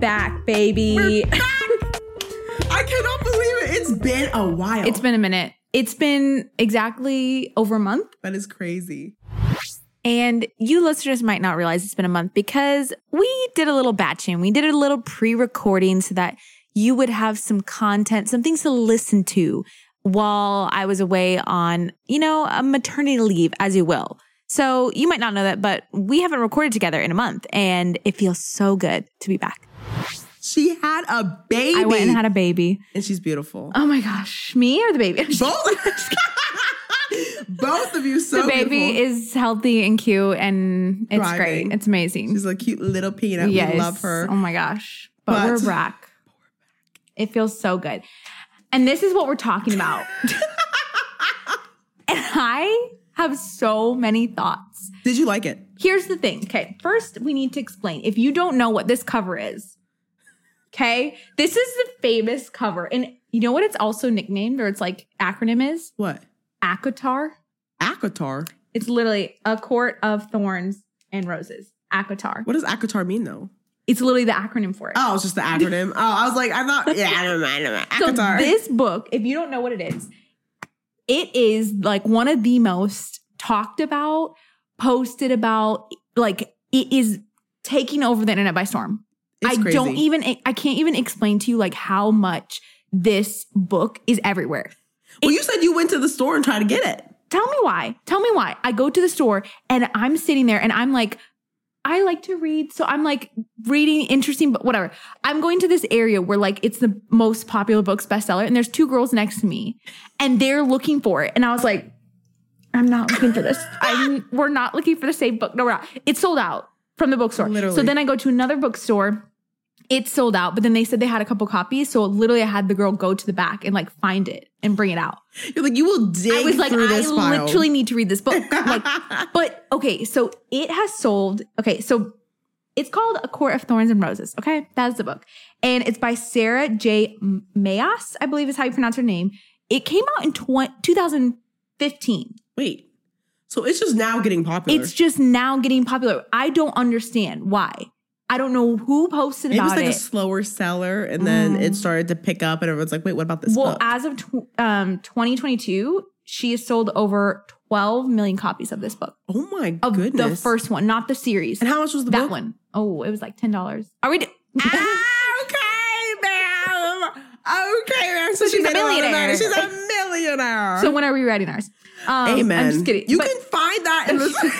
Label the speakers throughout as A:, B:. A: back, baby.
B: We're back. I cannot believe it. It's been a while.
A: It's been a minute. It's been exactly over a month.
B: that is crazy.
A: And you listeners might not realize it's been a month because we did a little batching. We did a little pre recording so that you would have some content, some things to listen to while I was away on, you know, a maternity leave, as you will. So you might not know that, but we haven't recorded together in a month and it feels so good to be back.
B: She had a baby.
A: I went and had a baby.
B: and she's beautiful.
A: Oh my gosh, me or the baby?
B: Both. Both of you so
A: the baby
B: beautiful.
A: is healthy and cute and it's
B: Thriving.
A: great. It's amazing.
B: She's a cute little peanut. We love her.
A: Oh my gosh. But,
B: But-
A: we're back. It feels so good. And this is what we're talking about. and I have so many thoughts.
B: Did you like it?
A: Here's the thing. Okay. First, we need to explain if you don't know what this cover is, okay? This is the famous cover. And you know what it's also nicknamed or it's like acronym is?
B: What?
A: ACOTAR.
B: Akatar.
A: It's literally a court of thorns and roses. ACOTAR.
B: What does Akatar mean though?
A: It's literally the acronym for it.
B: Oh, it's just the acronym. oh, I was like, I thought, yeah, I don't mind. never mind.
A: So
B: Akatar.
A: this book, if you don't know what it is, it is like one of the most talked about, posted about, like it is taking over the internet by storm.
B: It's
A: I
B: crazy.
A: don't even I can't even explain to you like how much this book is everywhere.
B: Well, you said you went to the store and tried to get it.
A: Tell me why. Tell me why. I go to the store and I'm sitting there and I'm like I like to read, so I'm like reading interesting, but whatever. I'm going to this area where like it's the most popular books bestseller, and there's two girls next to me, and they're looking for it, and I was like, I'm not looking for this. I'm, we're not looking for the same book. No, we're not. It's sold out from the bookstore.
B: Literally.
A: So then I go to another bookstore. It's sold out, but then they said they had a couple copies, so literally I had the girl go to the back and like find it and bring it out.
B: You're like, you will dig
A: I was like,
B: through
A: I
B: this file.
A: literally need to read this book. Like, but okay, so it has sold. Okay, so it's called A Court of Thorns and Roses. Okay, that's the book, and it's by Sarah J. M- Mayas, I believe is how you pronounce her name. It came out in tw- 2015.
B: Wait. So it's just now getting popular.
A: It's just now getting popular. I don't understand why. I don't know who posted
B: Maybe
A: about
B: it's like
A: it. Mm.
B: a slower seller, and then it started to pick up, and everyone's like, "Wait, what about this
A: well,
B: book?"
A: as of tw- um 2022, she has sold over 12 million copies of this book.
B: oh my
A: of
B: goodness!
A: the first one, not the series.
B: and how much was the
A: that
B: book?
A: one. Oh, it was like ten dollars. Are we? Do-
B: Ah, okay, ma'am. Okay, ma'am. So, she's
A: she's a
B: a millionaire.
A: millionaire.
B: She's a millionaire.
A: so when are we writing ours? Um,
B: amen.
A: I'm just kidding.
B: You
A: but
B: can find that in the.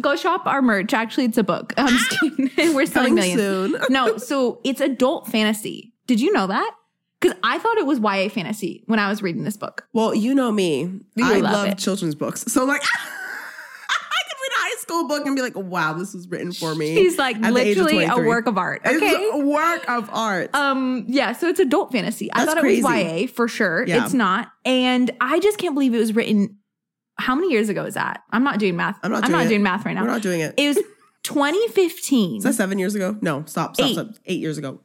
A: go shop our merch. Actually, it's a book. I'm just kidding. We're selling
B: Coming
A: millions.
B: soon.
A: no, so it's adult fantasy. Did you know that? Because I thought it was YA fantasy when I was reading this book.
B: Well, you know me.
A: You
B: I love,
A: love it.
B: children's books. So like I could read a high school book and be like, wow, this was written for me.
A: He's like
B: at the age of
A: literally a
B: 23.
A: work of art. Okay.
B: It's a work of art.
A: Um, yeah, so it's adult fantasy. I
B: That's
A: thought it was
B: crazy.
A: YA for sure.
B: Yeah.
A: It's not. And I just can't believe it was written. How many years ago is that? I'm not doing math.
B: I'm not doing it.
A: doing math right now.
B: We're not doing it.
A: it was 2015.
B: Is that seven years ago? No, stop, stop,
A: Eight.
B: stop. Eight years ago.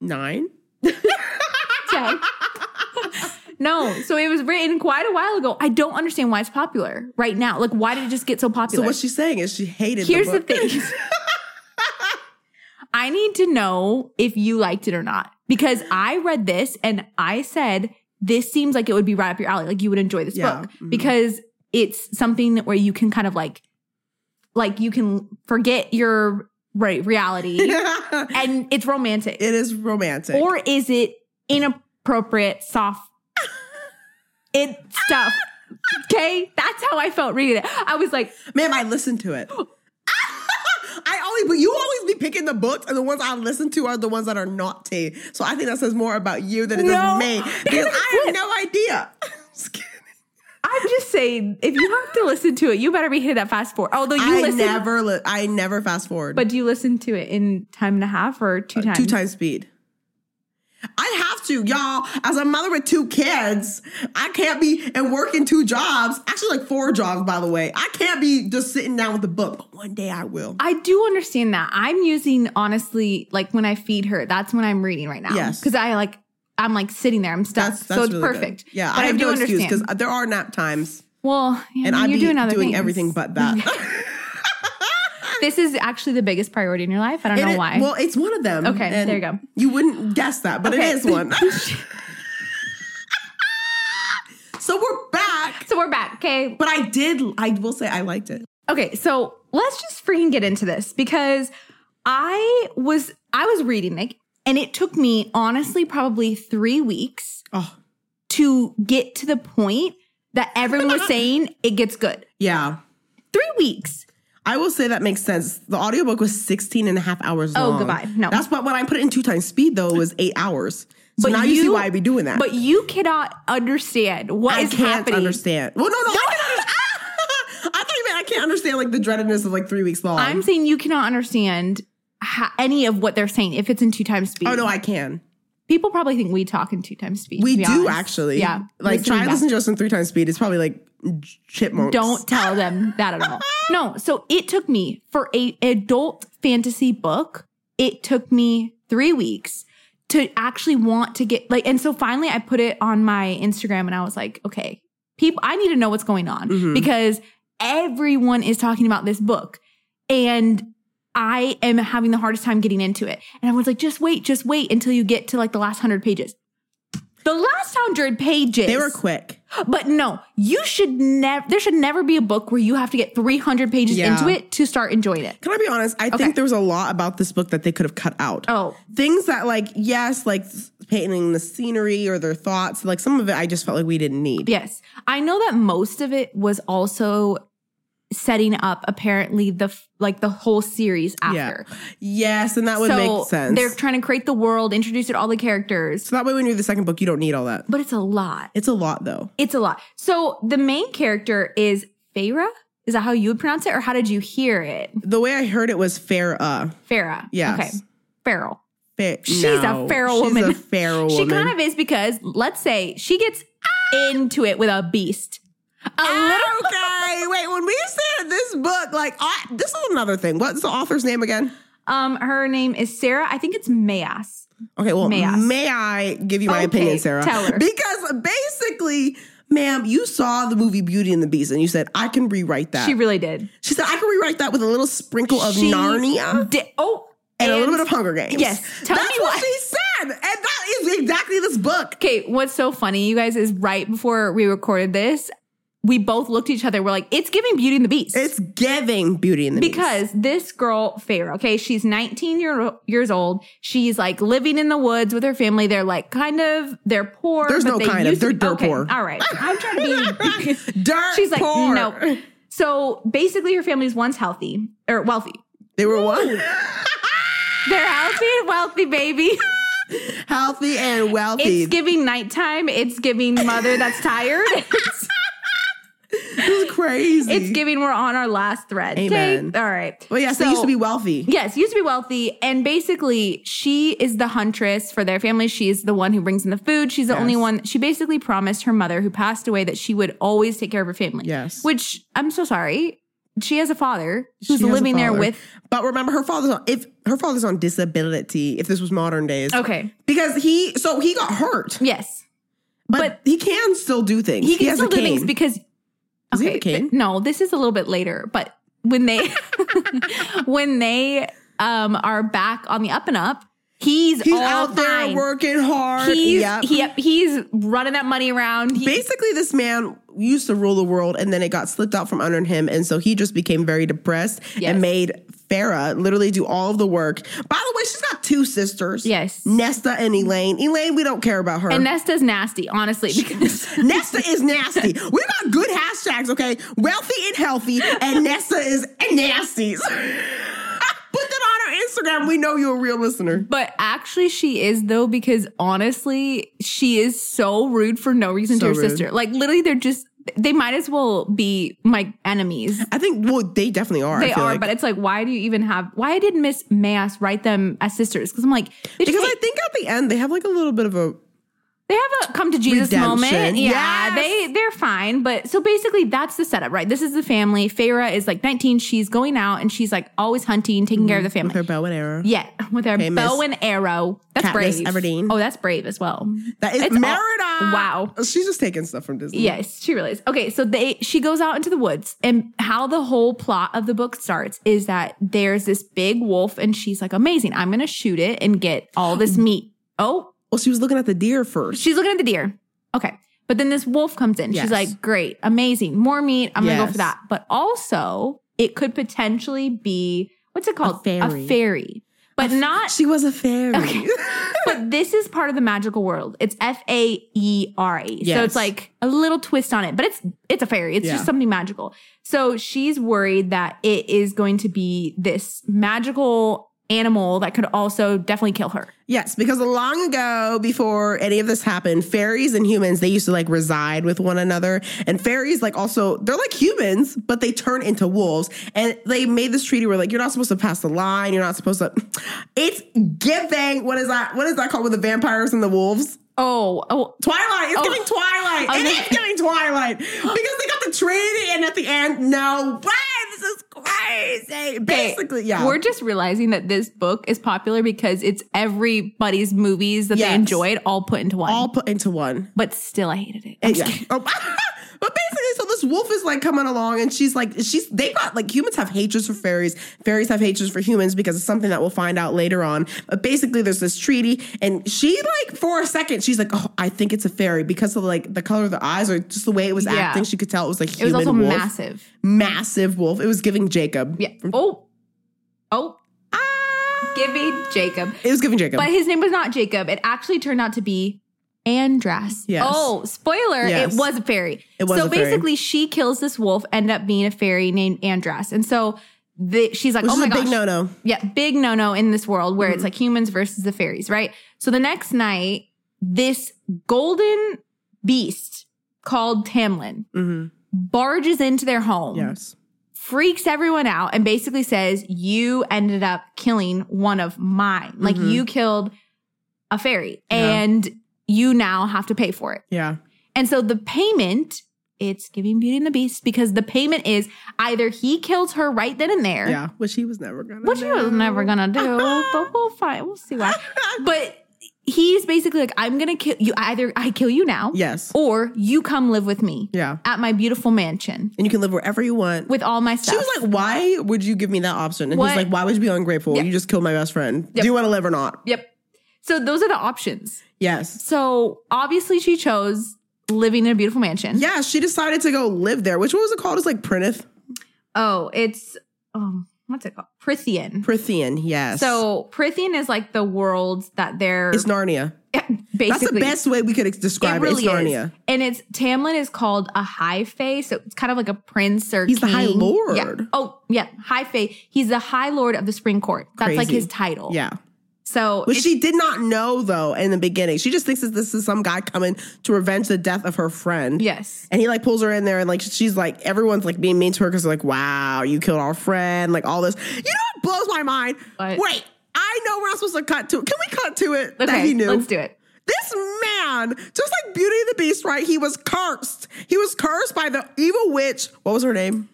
B: Nine?
A: Okay. no, so it was written quite a while ago. I don't understand why it's popular right now. Like, why did it just get so
B: So
A: popular?
B: what she's saying is she hated
A: Here's
B: the
A: the,
B: book.
A: thing. I need to know if you liked it or not because I read this and I said this seems like it would be right up your alley. Like you would enjoy this
B: Yeah,
A: book
B: mhm.
A: because it's something that where you can kind of like, like you can forget your re- reality and it's romantic.
B: it is romantic.
A: or is it inappropriate soft it stuff okay that's how i felt reading it i was like
B: Ma'am, I listened to it. I always, but you always be picking the books, and the ones I listen to are the ones that are naughty. So I think that says more about you than it
A: No.
B: does me. Because I have no idea. Just kidding.
A: i'm just saying if you have to listen to it you better be hitting that fast forward although you
B: I
A: listen
B: never, li- I never fast forward.
A: but do you listen to it in time and a half or two times
B: Uh, two times speed. I have to, y'all. As a mother with two kids, I can't be and working two jobs. Actually, like four jobs, by the way. I can't be just sitting down with a book. But one day I will.
A: I do understand that. I'm using honestly, like when I feed her, that's when I'm reading right now.
B: Yes.
A: because I like, I'm like sitting there, I'm stuck,
B: That's that's
A: so it's
B: really good.
A: perfect.
B: Yeah,
A: but
B: I
A: I,
B: have
A: do
B: no
A: understand.
B: excuse because there are nap times,
A: well, yeah,
B: and
A: I mean,
B: I'm
A: you're doing other
B: doing
A: things.
B: everything but that.
A: this is actually the biggest priority in your life. I don't
B: And
A: know
B: it-
A: why.
B: Well, it's one of them.
A: Okay,
B: and
A: there you go.
B: You wouldn't guess that, but
A: Okay.
B: it is one. so we're back.
A: so we're back. Okay.
B: But I did, I will say I liked it.
A: Okay, so let's just freaking get into this because I was I was reading like and it took me honestly probably 3 weeks
B: Oh,
A: to get to the point that everyone was saying it gets good.
B: yeah.
A: 3 weeks.
B: I will say that makes sense. The audiobook was 16 and a half hours
A: Oh,
B: long.
A: goodbye. No.
B: That's what when I put it in two times speed though, it was eight hours. So
A: But
B: now you, see
A: you-
B: why I'd be doing that.
A: But you cannot understand what
B: I
A: is
B: can't
A: happening.
B: understand. Well, no, no. I, can under- I thought you meant I can't understand like the dreadedness of like three weeks long.
A: I'm saying you cannot understand ho- any of what they're saying if it's in two times speed.
B: oh no, I can.
A: People probably think we talk in two times speed. to
B: We
A: be
B: do
A: honest.
B: actually.
A: Yeah.
B: Like try
A: back.
B: and listen to us in three times speed. It's probably like chipmunks.
A: Don't tell them that at all. No, so it took me for a adult fantasy book, it took me 3 weeks to actually want to get like and so finally I put it on my Instagram and I was like, okay, people I need to know what's going on
B: Mhm.
A: because everyone is talking about this book and I am having the hardest time getting into it. And everyone's like, just wait, just wait until you get to like the last 100 pages. The last 100 pages.
B: They were quick.
A: But no, you should never. There should never be a book where you have to get 300 pages
B: Yeah.
A: into it to start enjoying it.
B: Can I be honest? I
A: Okay.
B: think there was a lot about this book that they could have cut out.
A: Oh,
B: Things that like yes, like s- painting the scenery or their thoughts. Like some of it, I just felt like we didn't need.
A: yes, I know that most of it was also setting up apparently the f- like the whole series after.
B: Yes, and that would make sense.
A: they're trying to create the world, introduce it to all the characters,
B: so that way, when you read the second book, you don't need all that.
A: but it's a lot.
B: It's a lot though.
A: It's a lot. So the main character is Feyre. Is that how you would pronounce it, or how did you hear it?
B: The way I heard it was fair. Uh,
A: Farah.
B: Yes.
A: Okay. Feral.
B: fair,
A: She's a
B: no.
A: feral
B: She's
A: woman.
B: A feral
A: She
B: woman.
A: kind of is because let's say she gets into it with a beast. A little
B: Oh, okay. Wait, when we said this book, like I, this is another thing. What's the author's name again?
A: um her name is Sarah. I think it's Mayas.
B: Okay, well,
A: May
B: may
A: I?
B: I, give you my
A: Okay,
B: opinion, Sarah?
A: tell her.
B: Because basically, ma'am, you saw the movie Beauty and the Beast, and you said I can rewrite that.
A: She
B: She,
A: really did.
B: said I can rewrite that with a little sprinkle of
A: She
B: Narnia
A: di- oh
B: and, a little bit of Hunger Games.
A: Yes, tell
B: that's
A: me
B: what
A: why.
B: she said, and that is exactly this book.
A: Okay, what's so funny, you guys, is right before we recorded this, we both looked at each other. We're like, it's giving Beauty and the Beast.
B: It's giving Beauty and the Beast.
A: because this girl Farah, okay, she's 19 year, years old. She's like living in the woods with her family. They're like kind of they're poor.
B: There's
A: but
B: no
A: they
B: kind of.
A: used to
B: They're
A: be-
B: dirt
A: okay,
B: poor.
A: All right, I'm trying to be.
B: dirt.
A: she's like
B: poor.
A: no. So basically, her family was once healthy or wealthy.
B: They were one
A: They're healthy and wealthy, baby.
B: healthy and wealthy.
A: It's giving nighttime. It's giving mother that's tired. It's,
B: This is crazy.
A: it's giving we're on our last thread. okay?
B: Amen.
A: All right.
B: Well, yes, they used to be wealthy.
A: Yes, used to be wealthy. And basically, she is the huntress for their family. She is the one who brings in the food. She's the only
B: Yes.
A: one. She basically promised her mother, who passed away, that she would always take care of her family.
B: Yes.
A: Which I'm so sorry. She has a father who's
B: She has a
A: living there
B: father.
A: with.
B: But remember, her father's on, if her father's on disability. If this was modern days,
A: Okay.
B: because he so he got hurt,
A: Yes.
B: but,
A: but-
B: he can still do things.
A: He can
B: has
A: still
B: a
A: do
B: cane.
A: things because.
B: Does he have a
A: th-
B: cane?
A: no, this is a little bit later, but when they when they um are back on the up and up, he's,
B: He's
A: all
B: out there
A: fine.
B: working hard.
A: He's
B: Yep.
A: he, he's running that money around. He-
B: Basically, this man used to rule the world, and then it got slipped out from under him, and so he just became very depressed
A: Yes.
B: and made Farah literally do all of the work. By the way, she's got two sisters.
A: Yes.
B: Nesta and Elaine. Elaine, we don't care about her.
A: And Nesta's nasty, honestly, because
B: Nesta is nasty. We got good hashtags, okay? Wealthy and healthy, and Nesta is nasty. Put that on our Instagram. We know you're a real listener.
A: but actually she is though, because honestly, she is so rude for no reason
B: So
A: to her
B: rude.
A: sister. Like literally they're just they might as well be my enemies.
B: I think, well, they definitely are. I
A: They
B: feel
A: are,
B: like.
A: but it's like, why do you even have? Why did Miss Mass write them as sisters? Because I'm like,
B: because I think at the end they have like a little bit of a
A: They have a come to Jesus
B: Redemption.
A: moment. Yeah,
B: Yes.
A: they they're fine. But so basically, that's the setup, right? This is the family. Farah is like 19. She's going out and she's like always hunting, taking care of the family.
B: With her bow and arrow.
A: yeah, with her
B: Famous.
A: bow and arrow. That's
B: Katniss
A: brave.
B: Everdeen.
A: Oh, that's brave as well.
B: That is
A: It's all-
B: Merida. Oh,
A: Wow.
B: She's just taking stuff from Disney.
A: Yes, she really is. Okay, so they she goes out into the woods, and how the whole plot of the book starts is that there's this big wolf, and she's like, "Amazing! I'm gonna shoot it and get all this meat." Oh,
B: Well, she was looking at the deer first.
A: she's looking at the deer. Okay, but then this wolf comes in.
B: Yes.
A: She's like, "Great, amazing, more meat. I'm gonna go
B: Yes.
A: for that." But also, it could potentially be what's it called?
B: fairy.
A: fairy. but not
B: She was a fairy.
A: Okay. but this is part of the magical world. It's F A E R E. So
B: Yes.
A: it's like a little twist on it, but it's it's a fairy. It's
B: Yeah.
A: just something magical. So she's worried that it is going to be this magical animal that could also definitely kill her.
B: yes, because long ago, before any of this happened, fairies and humans, they used to like reside with one another. And fairies, like also, they're like humans, but they turn into wolves. And they made this treaty where like you're not supposed to pass the line, you're not supposed to it's giving what is that what is that called with the vampires and the wolves?
A: Oh, oh
B: Twilight. It's
A: Oh.
B: giving Twilight.
A: Oh,
B: it
A: they-
B: is giving Twilight because they got the treaty, and at the end, no way. This is crazy. Basically, yeah.
A: We're just realizing that this book is popular because it's everybody's movies that
B: Yes.
A: they enjoyed all put into one.
B: all put into one.
A: but still I hated it.
B: And yeah. Oh, but basically, so this wolf is like coming along, and she's like, she's they got like humans have hatreds for fairies, fairies have hatreds for humans because it's something that we'll find out later on. But basically, there's this treaty, and she like for a second, she's like, oh, I think it's a fairy because of like the color of the eyes or just the way it was
A: Yeah.
B: acting. She could tell it was like
A: It was
B: human
A: also
B: wolf.
A: massive.
B: massive wolf. It was giving Jacob. Ah!
A: Yeah. Oh. Oh. Give me Jacob.
B: It was giving Jacob.
A: But his name was not Jacob. It actually turned out to be Andras.
B: Yes.
A: Oh, spoiler,
B: Yes.
A: it was a fairy.
B: It was
A: so
B: a fairy.
A: basically she kills this wolf, end up being a fairy named Andras. And so the, she's like,
B: Which
A: oh
B: is
A: my
B: a
A: gosh.
B: big Mm-hmm. no no.
A: yeah, big no no in this world where it's like humans versus the fairies, right? So the next night, this golden beast called Tamlin barges into their home
B: Mm-hmm. Yes.
A: freaks everyone out and basically says, You ended up killing one of mine. Like you killed a fairy
B: Mm-hmm. Yeah.
A: and you now have to pay for it.
B: Yeah.
A: And so the payment, it's giving Beauty and the Beast because the payment is either he kills her right then and there,
B: Yeah. Which he was never gonna.
A: which he was
B: do.
A: never gonna do, but we'll find, we'll see why. But he's basically like, I'm gonna kill you, either I kill you now
B: Yes.
A: or you come live with me
B: Yeah.
A: at my beautiful mansion
B: And you can live wherever you want.
A: with all my stuff.
B: she was like, "Why would you give me that option?" And he's
A: What?
B: like, "Why would you be ungrateful?
A: Yeah.
B: You just killed my best friend.
A: Yep.
B: Do you want to live or not?"
A: Yep. So those are the options.
B: Yes.
A: So obviously she chose living in a beautiful mansion.
B: Yeah. She decided to go live there. Which what was it called? It's like Prinith,
A: Oh, it's um what's it called? Prithian.
B: Prithian. Yes.
A: So Prithian is like the world that they're
B: it's Narnia.
A: basically
B: That's the best way we could ex-
A: it
B: describe it.
A: really
B: It's
A: is.
B: Narnia.
A: And it's Tamlin is called a high fae, so it's kind of like a prince or
B: He's the High
A: king.
B: Lord.
A: Yeah. Oh, yeah, high fae. He's the high lord of the spring court. That's like
B: Crazy.
A: his title.
B: Yeah.
A: So
B: Which she did not know though in the beginning. She just thinks that this is some guy coming to revenge the death of her friend.
A: yes.
B: And he like pulls her in there and like she's like everyone's like being mean to her because they're like, wow, you killed our friend, like all this. You know what blows my mind?
A: What?
B: Wait, I know we're not supposed to cut to it. Can we cut to it that
A: Okay,
B: he knew?
A: let's do it.
B: This man, just like Beauty and the Beast, right? He was cursed. He was cursed by the evil witch. What was her name?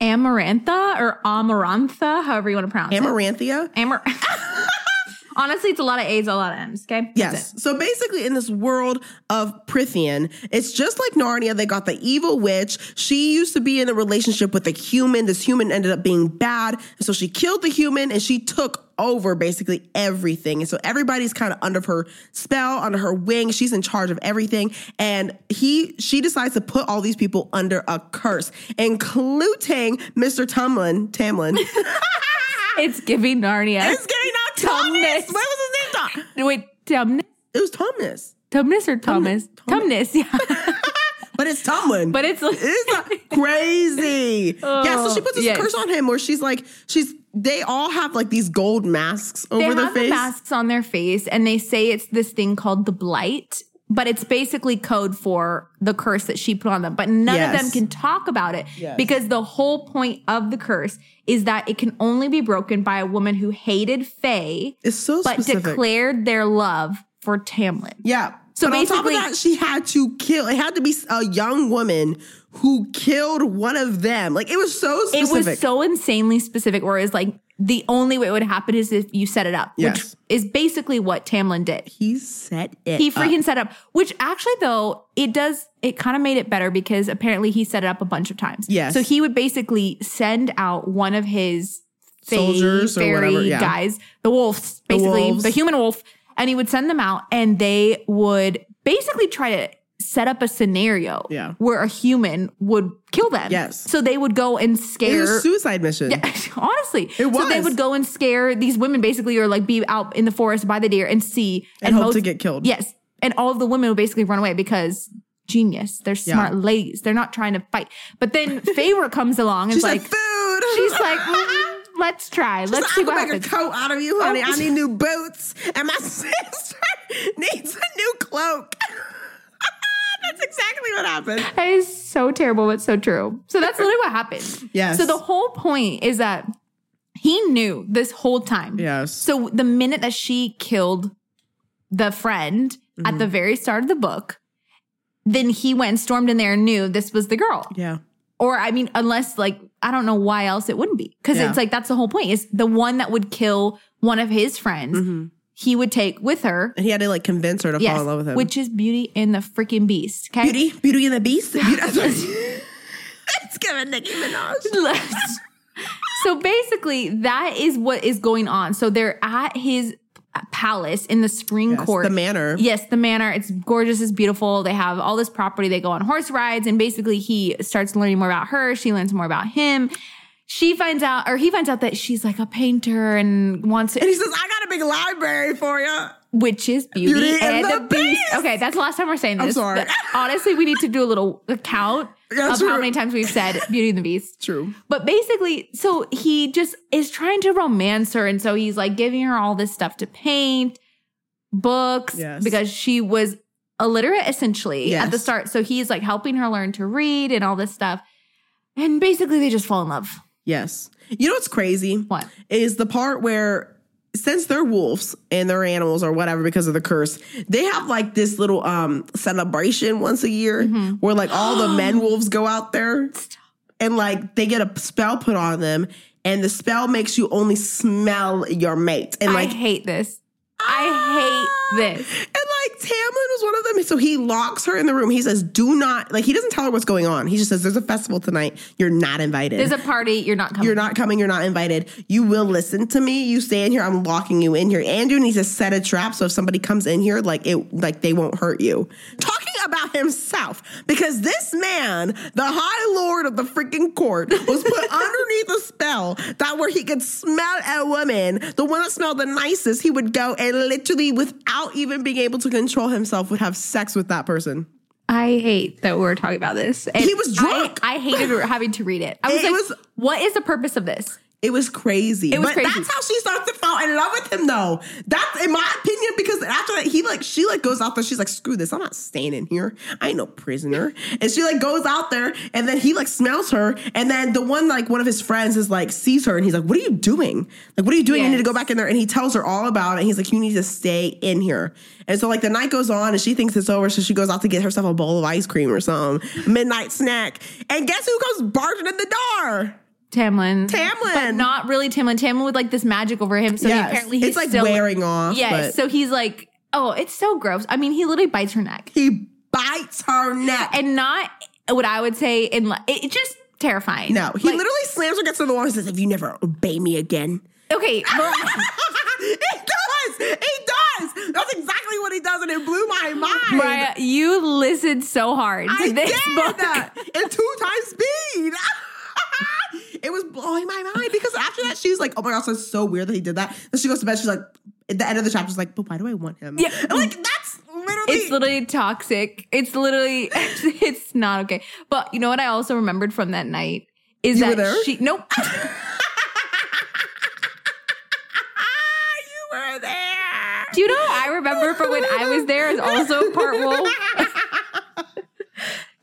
A: Amarantha or Amarantha, however you want to pronounce it.
B: Amaranthia.
A: Amber. Honestly, it's a lot of A's, a lot of M's. Okay. That's
B: Yes.
A: it.
B: So basically, in this world of Prithian, it's just like Narnia. They got the evil witch. She used to be in a relationship with a human. This human ended up being bad. And so she killed the human and she took over basically everything. And so everybody's kind of under her spell, under her wing. She's in charge of everything. And he, she decides to put all these people under a curse, including Mr. Tumlin, Tamlin.
A: It's giving Narnia.
B: it's getting out
A: Tumnus.
B: Thomas. What was his name? Tom-
A: Wait, Tumnus,
B: It was Thomas.
A: Tumnus or Thomas? Tumnus, yeah.
B: But it's Tumlin.
A: but it's like,
B: It's like crazy. yeah, so she
A: Oh,
B: puts this
A: yes.
B: curse on him where she's like, she's they all have like these gold masks
A: they
B: over their
A: have the
B: face.
A: masks on their face and they say it's this thing called the blight, but it's basically code for the curse that she put on them. But none
B: Yes.
A: of them can talk about it
B: Yes.
A: because the whole point of the curse is that it can only be broken by a woman who hated Faye
B: It's so
A: but
B: specific.
A: declared their love for Tamlin.
B: yeah.
A: So
B: But on top of
A: basically,
B: that, she had to kill. It had to be a young woman who killed one of them. Like it was so
A: it
B: specific.
A: was so insanely specific. Whereas, like, the only way it would happen is if you set it up,
B: Yes. Uh,
A: which is basically what Tamlin did.
B: he set it.
A: He
B: up.
A: freaking set up, which actually though it does it kind of made it better because apparently he set it up a bunch of times.
B: Yes.
A: So he would basically send out one of his
B: Soldiers or
A: fairy
B: whatever, yeah.
A: guys, the wolves, basically
B: wolves.
A: the human wolf, and he would send them out, and they would basically try to set up a scenario
B: Yeah.
A: where a human would kill them.
B: Yes.
A: So they would go and
B: It
A: scare.
B: was a suicide mission.
A: Honestly, it so they
B: was.
A: would go and scare these women basically, or like be out in the forest by the deer and see
B: And hope to get killed.
A: Yes, and all of the women would basically run away because genius, they're smart ladies. They're not trying to fight. But then Favor comes along and
B: She's
A: is
B: like,
A: like,
B: food.
A: she's like, "Mm, let's try, let's see
B: I
A: what
B: can make
A: happens.
B: a coat out of you, honey.
A: Oh.
B: I need new boots, and my sister needs a new cloak. That's exactly what happened.
A: That is so terrible, but so true. So that's literally what happened.
B: Yes.
A: So the whole point is that he knew this whole time.
B: Yes.
A: So the minute that she killed the friend at
B: Mm-hmm.
A: the very start of the book, then he went and stormed in there and knew this was the girl.
B: Yeah.
A: Or I mean, unless like I don't know why else it wouldn't be. Because
B: Yeah.
A: it's like that's the whole point is the one that would kill one of his friends, he would take with her.
B: And he had to like convince her to
A: Yes,
B: fall Mm-hmm. in love with him.
A: which is Beauty and the freaking Beast. Okay,
B: Beauty, Beauty and the Beast. Beauty- It's giving Nicki Minaj.
A: Left. so basically, that is what is going on. So they're at his palace in the spring
B: Yes,
A: court.
B: the manor.
A: Yes, the manor. It's gorgeous. It's beautiful. They have all this property. They go on horse rides, and basically, he starts learning more about her. She learns more about him. She finds out, or he finds out that she's like a painter and wants to,
B: And he says, I got a big library for you.
A: which is beauty,
B: Beauty
A: and, the, beast.
B: Beast.
A: Okay, that's the last time we're saying this.
B: sorry.
A: But honestly, we need to do a little count
B: Yeah,
A: of how
B: true.
A: many times we've said Beauty and the Beast.
B: True.
A: But basically, so he just is trying to romance her. And so he's like giving her all this stuff to paint, books,
B: Yes.
A: because she was illiterate essentially at the
B: Yes.
A: start. So he's like helping her learn to read and all this stuff. And basically, they just fall in love.
B: Yes. You know what's crazy?
A: What?
B: Is the part where since they're wolves and they're animals or whatever because of the curse, they have like this little um celebration once a year where like all the men wolves go out there and like they get a spell put on them and the spell makes you only smell your mate. And like Ah!
A: I hate this. I hate this.
B: And like Tamlin was one of them. So he locks her in the room. He says, Do not, like, he doesn't tell her what's going on. He just says, There's a festival tonight. You're not invited.
A: There's a party. You're not coming.
B: you're not coming. You're not invited. You will listen to me. You stay in here. I'm locking you in here. And you need to set a trap so if somebody comes in here, like it, like they won't hurt you. Talking about himself because this man, the High Lord of the freaking court, was put underneath a spell that where he could smell a woman, the one that smelled the nicest, he would go and literally, without even being able to control himself, would have sex with that person.
A: I hate that we're talking about this. And
B: He was drunk.
A: I, I hated having to read it. I was
B: It
A: like,
B: was-
A: what is the purpose of this?
B: It was crazy.
A: It was
B: but
A: crazy.
B: that's how she starts to fall in love with him, though. That's in my opinion, because after that, he like she like goes out there, she's like, screw this, I'm not staying in here. I ain't no prisoner. And she like goes out there and then he like smells her. And then the one like one of his friends is like sees her and he's like, What are you doing? Like, what are you doing? You need to go
A: Yes.
B: back in there. And he tells her all about it. And he's like, You need to stay in here. And so like the night goes on and she thinks it's over. So she goes out to get herself a bowl of ice cream or something, midnight snack. And guess who comes barging in the door?
A: Tamlin.
B: Tamlin.
A: But not really Tamlin. Tamlin with like this magic over him. So he
B: Yes.
A: apparently he's
B: it's like
A: still,
B: wearing off.
A: Yes.
B: but
A: So he's like, oh, it's so gross. I mean, he literally bites her neck.
B: he bites her neck.
A: And not what I would say in li- it, it's just terrifying.
B: no, he
A: Like,
B: literally slams her against the wall and says, "If you never obey me again."
A: Okay. well,
B: he does. He does. That's exactly what he does, and it blew my mind.
A: Mariah, you listened so hard to
B: I
A: this
B: did
A: book.
B: that in two times speed. it was blowing my mind because after that, she's like, "Oh my gosh, that's so weird that he did that." Then she goes to bed. She's like, at the end of the chapter, she's like, "But why do I want him?"
A: Yeah.
B: And, like that's literally.
A: It's literally toxic. It's literally it's not okay. But you know what I also remembered from that night is
B: You
A: that
B: were there?
A: she nope.
B: ah, you were there.
A: Do you know what I remember from when I was there is also part wolf?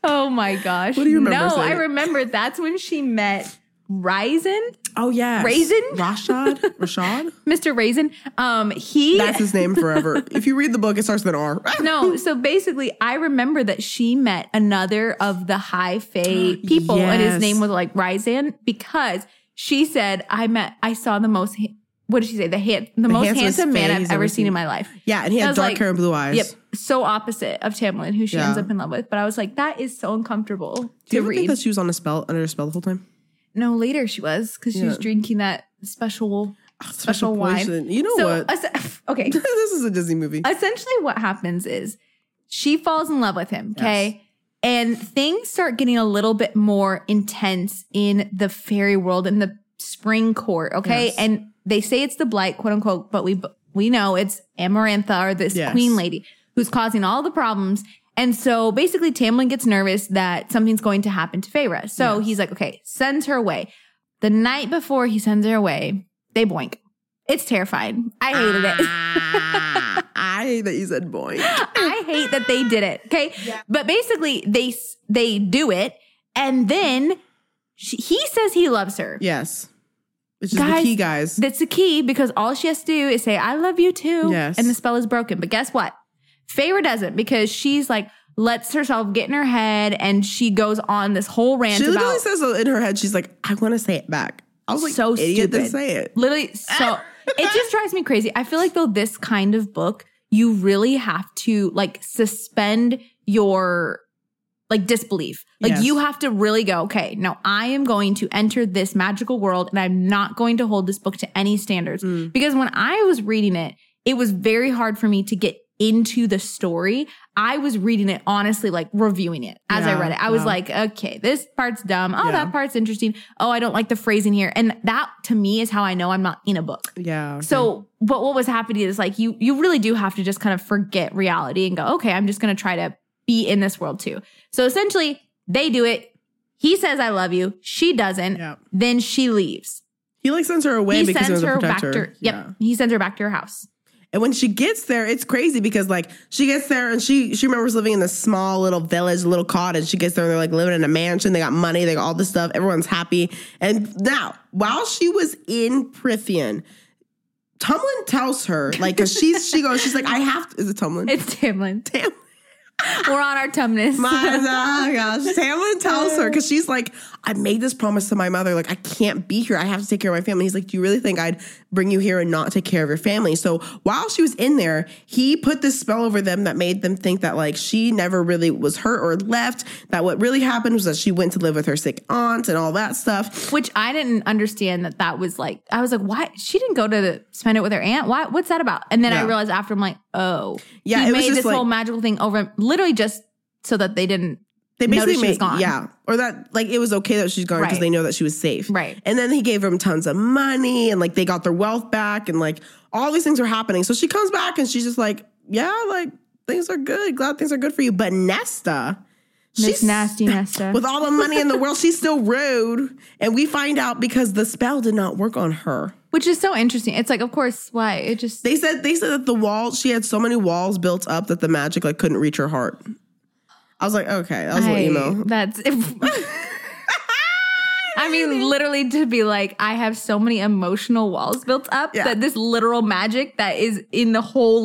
A: oh my gosh.
B: What do you remember
A: Oh No,
B: saying?
A: I remember that's when she met Raisin,
B: Oh yeah,
A: Raisin?
B: Rashad, Rashad.
A: Mr. Raisin. Um, he
B: That's his name forever. if you read the book, it starts with an R. Ah!
A: no. So basically, I remember that she met another of the high fae people, and his
B: Yes.
A: name was like Raisin because she said, "I met, I saw the most. ha- What did she say? The hand, the, most
B: handsomest
A: handsome man
B: fae
A: I've
B: he's
A: ever
B: ever
A: seen in
B: seen.
A: my life."
B: Yeah, and he
A: I
B: had
A: was
B: dark
A: like,
B: hair and blue eyes.
A: Yep. So opposite of Tamlin, who she
B: Yeah.
A: ends up in love with. But I was like, that is so uncomfortable
B: Do you
A: to
B: ever think
A: read.
B: that she was on a spell under a spell the whole time?
A: No, later she was because she was
B: Yeah.
A: drinking that special special wine.
B: poison. You know
A: so, uh,
B: what?
A: es- okay.
B: this is a Disney movie.
A: Essentially, what happens is she falls in love with him. Okay.
B: Yes.
A: And things start getting a little bit more intense in the fairy world in the spring court. Okay.
B: Yes.
A: And they say it's the blight, quote unquote, but we, we know it's Amarantha or this
B: Yes.
A: queen lady who's causing all the problems. And so basically, Tamlin gets nervous that something's going to happen to Feyre. So he's like, okay, sends her away. The night before he sends her away, they boink. It's terrifying. I hated it.
B: Ah, I hate that you said boy.
A: I hate that they did it. Okay, but basically they s- they do it, and then she, he says he loves her.
B: Yes, which is
A: Guys,
B: the key, guys.
A: That's the key because all she has to do is say I love you too,
B: Yes.
A: and the spell is broken. But guess what? Feyre doesn't because she's like lets herself get in her head, and she goes on this whole rant
B: She literally
A: about
B: says in her head, she's like, "I want to say it back." I was like,
A: So
B: "So idiot
A: stupid.
B: to say it."
A: Literally, so it just drives me crazy. I feel like though this kind of book, you really have to like suspend your like disbelief. Like
B: Yes.
A: you have to really go, okay, no, I am going to enter this magical world and I'm not going to hold this book to any standards.
B: Mm.
A: Because when I was reading it, it was very hard for me to get into the story. I was reading it honestly, like reviewing it as I
B: Yeah,
A: read it. I was
B: yeah.
A: like, okay, this part's dumb. Oh,
B: Yeah.
A: that part's interesting. Oh, I don't like the phrasing here. And that to me is how I know I'm not in a book.
B: Yeah. okay.
A: So, but what was happening is like you you really do have to just kind of forget reality and go, okay, I'm just going to try to be in this world too. So essentially, they do it. He says I love you. She doesn't.
B: Yeah.
A: Then she leaves.
B: he like sends her away
A: He
B: because he
A: sends
B: was
A: her
B: a
A: back
B: protector.
A: to yep.
B: Yeah.
A: He sends her back to her house.
B: And when she gets there, it's crazy because like she gets there and she she remembers living in this small little village, little cottage. She gets there and they're like living in a mansion. They got money, they got all this stuff. Everyone's happy. And now, while she was in Prithian, Tumlin tells her like because she's she goes she's like I have to is it Tumlin?
A: It's Tamlin.
B: Tam-
A: We're on our tumness.
B: my oh gosh. Tamlin tells her because she's like, I made this promise to my mother. Like, I can't be here. I have to take care of my family. He's like, Do you really think I'd bring you here and not take care of your family? So while she was in there, he put this spell over them that made them think that like she never really was hurt or left. That what really happened was that she went to live with her sick aunt and all that stuff.
A: Which I didn't understand that that was like, I was like, why? She didn't go to the, spend it with her aunt. Why? What's that about? And then I
B: Yeah.
A: realized after I'm like, oh,
B: Yeah,
A: he
B: it was
A: made
B: just
A: this
B: like-
A: whole magical thing over literally just so that they didn't.
B: They
A: notice
B: basically
A: she
B: made
A: was gone.
B: yeah, or that like it was okay that she's gone because
A: Right.
B: they know that she was safe,
A: Right.
B: And then he gave them tons of money, and like they got their wealth back, and like all these things were happening. So she comes back and she's just like, yeah, like things are good. Glad things are good for you. But Nesta,
A: Miss Nasty Nesta.
B: with all the money in the world, she's still rude, and we find out because the spell did not work on her.
A: Which is so interesting. It's like, of course, why? It just,
B: They said they said that the wall she had so many walls built up that the magic like couldn't reach her heart. I was like, okay, that was a
A: I,
B: little emo.
A: that's. I mean, literally to be like, I have so many emotional walls built up
B: Yeah.
A: that this literal magic that is in the whole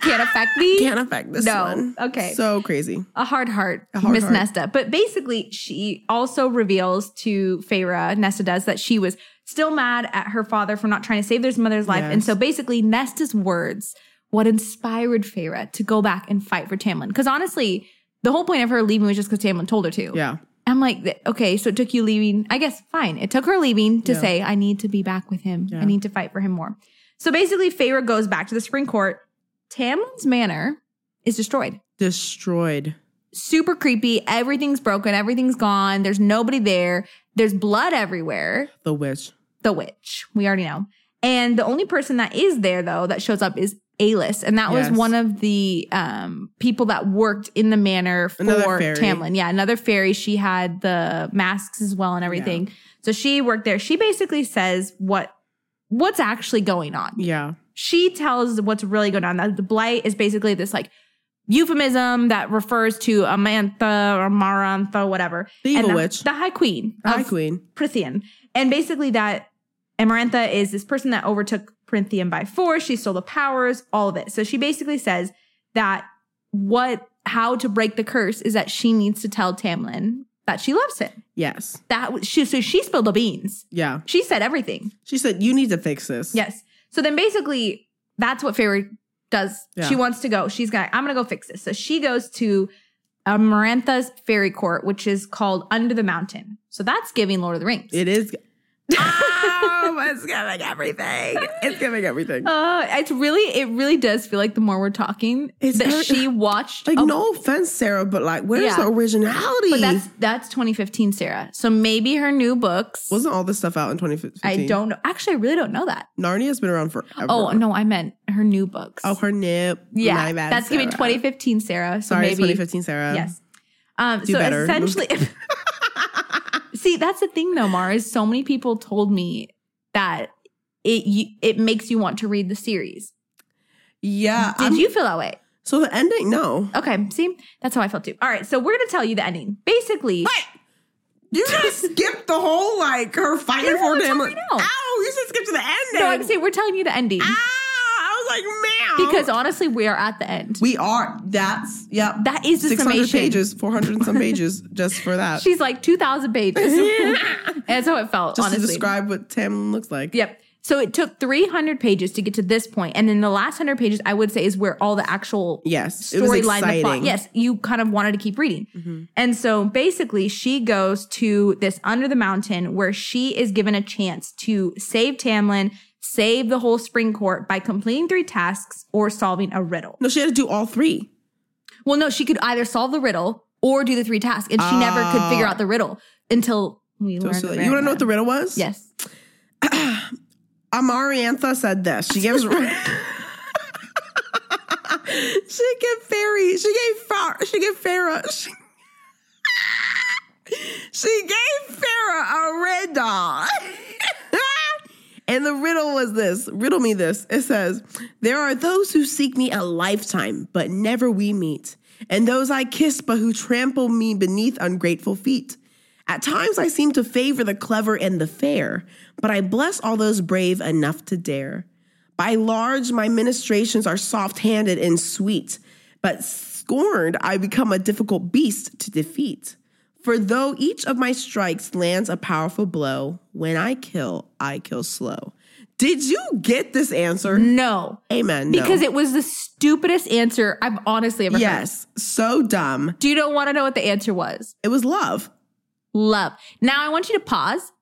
A: can't affect me.
B: can't affect this
A: No.
B: one.
A: Okay.
B: So crazy.
A: a hard heart,
B: hard
A: Miss
B: heart.
A: Nesta. But basically, she also reveals to Feyre, Nesta does, that she was still mad at her father for not trying to save their mother's life. And
B: Yes.
A: so basically, Nesta's words, what inspired Feyre to go back and fight for Tamlin. Because honestly, the whole point of her leaving was just because Tamlin told her to.
B: Yeah.
A: I'm like, th- okay, so it took you leaving. I guess fine. It took her leaving to say, I need to be back with him. I need to fight for him more. So basically, Feyre goes back to the Spring Court. Tamlin's manor is destroyed
B: Destroyed.
A: super creepy. Everything's broken. Everything's gone. There's nobody there. There's blood everywhere.
B: The witch.
A: The witch. We already know. And the only person that is there though that shows up is Alys, and that
B: Yes.
A: was one of the um, people that worked in the manor for
B: Another fairy.
A: Tamlin. Yeah, another fairy. She had the masks as well and everything. So she worked there. She basically says what what's actually going on
B: Yeah.
A: she tells what's really going on. That the blight is basically this like euphemism that refers to Amantha or Marantha, whatever.
B: The evil
A: And
B: witch.
A: The High Queen. of
B: High Queen.
A: Prithian. And basically that Amarantha is this person that overtook Prithian by force. She stole the powers, all of it. So she basically says that what how to break the curse is that she needs to tell Tamlin that she loves him.
B: Yes.
A: That was- she so she spilled the beans.
B: Yeah.
A: She said everything.
B: She said, You need to fix this.
A: Yes. So then basically that's what Fairy does.
B: Yeah.
A: She wants to go. She's gonna, I'm gonna go fix this. So she goes to Amarantha's fairy court, which is called Under the Mountain. So that's giving Lord of the Rings.
B: It is. oh, it's giving everything. It's giving everything.
A: Uh, it's really, it really does feel like the more we're talking,
B: It's
A: that
B: very-
A: she watched.
B: Like,
A: a-
B: no offense, Sarah, but like, where's
A: Oh. Yeah.
B: the originality?
A: but that's that's 2015, Sarah. So maybe her new books.
B: Wasn't all this stuff out in 2015?
A: I don't know. Actually, I really don't know that.
B: Narnia's been around forever.
A: Oh no, I meant her new books.
B: Oh, her nip.
A: yeah,
B: My bad,
A: that's giving
B: Sarah.
A: 2015, Sarah. So
B: Sorry,
A: maybe
B: 2015, Sarah.
A: yes. Um,
B: Do
A: so
B: better.
A: essentially, see, that's the thing though, Mars. So many people told me that it you, it makes you want to read the series.
B: Yeah.
A: Did
B: I'm-
A: you feel that way?
B: So the ending, no.
A: Okay, see, that's how I felt too. All right, so we're gonna tell you the ending. Basically,
B: You just skipped the whole like her fighting
A: No,
B: for
A: I'm
B: him.
A: telling you now.
B: Ow! You just skipped to the ending.
A: no, I'm saying we're telling you the ending
B: Ow! I was like, man.
A: because honestly, we are at the end.
B: we are. That's yep.
A: That is the
B: six hundred
A: summation.
B: pages, four hundred and some pages just for that.
A: She's like two thousand pages. That's how it felt.
B: just
A: honestly,
B: to describe what Tamlin looks like.
A: Yep. So it took 300 pages to get to this point, and then the last 100 pages, I would say, is where all the actual
B: Yes, it was
A: storyline, the plot.
B: exciting.
A: Yes, you kind of wanted to keep reading, and so basically, she goes to this under the mountain where she is given a chance to save Tamlin, save the whole Spring Court by completing three tasks or solving a riddle.
B: No, she had to do all three.
A: Well, no, she could either solve the riddle or do the three tasks, and she never could figure out the riddle until we learned.
B: So,
A: the
B: like, you want to know what the
A: riddle?
B: riddle was?
A: Yes.
B: Amariantha said this. She gives. she gave fairy. She gave Far. She gave Farah. She, she gave Farah a riddle. and the riddle was this. Riddle me this. It says, "There are those who seek me a lifetime, but never we meet, and those I kiss, but who trample me beneath ungrateful feet." At times I seem to favor the clever and the fair, but I bless all those brave enough to dare. By large, my ministrations are soft handed and sweet, but scorned, I become a difficult beast to defeat. For though each of my strikes lands a powerful blow, when I kill, I kill slow. Did you get this answer?
A: No.
B: Amen. no.
A: Because it was the stupidest answer I've honestly ever heard.
B: yes, so dumb.
A: Do you don't want to know what the answer was?
B: It was love.
A: Love. Now I want you to pause,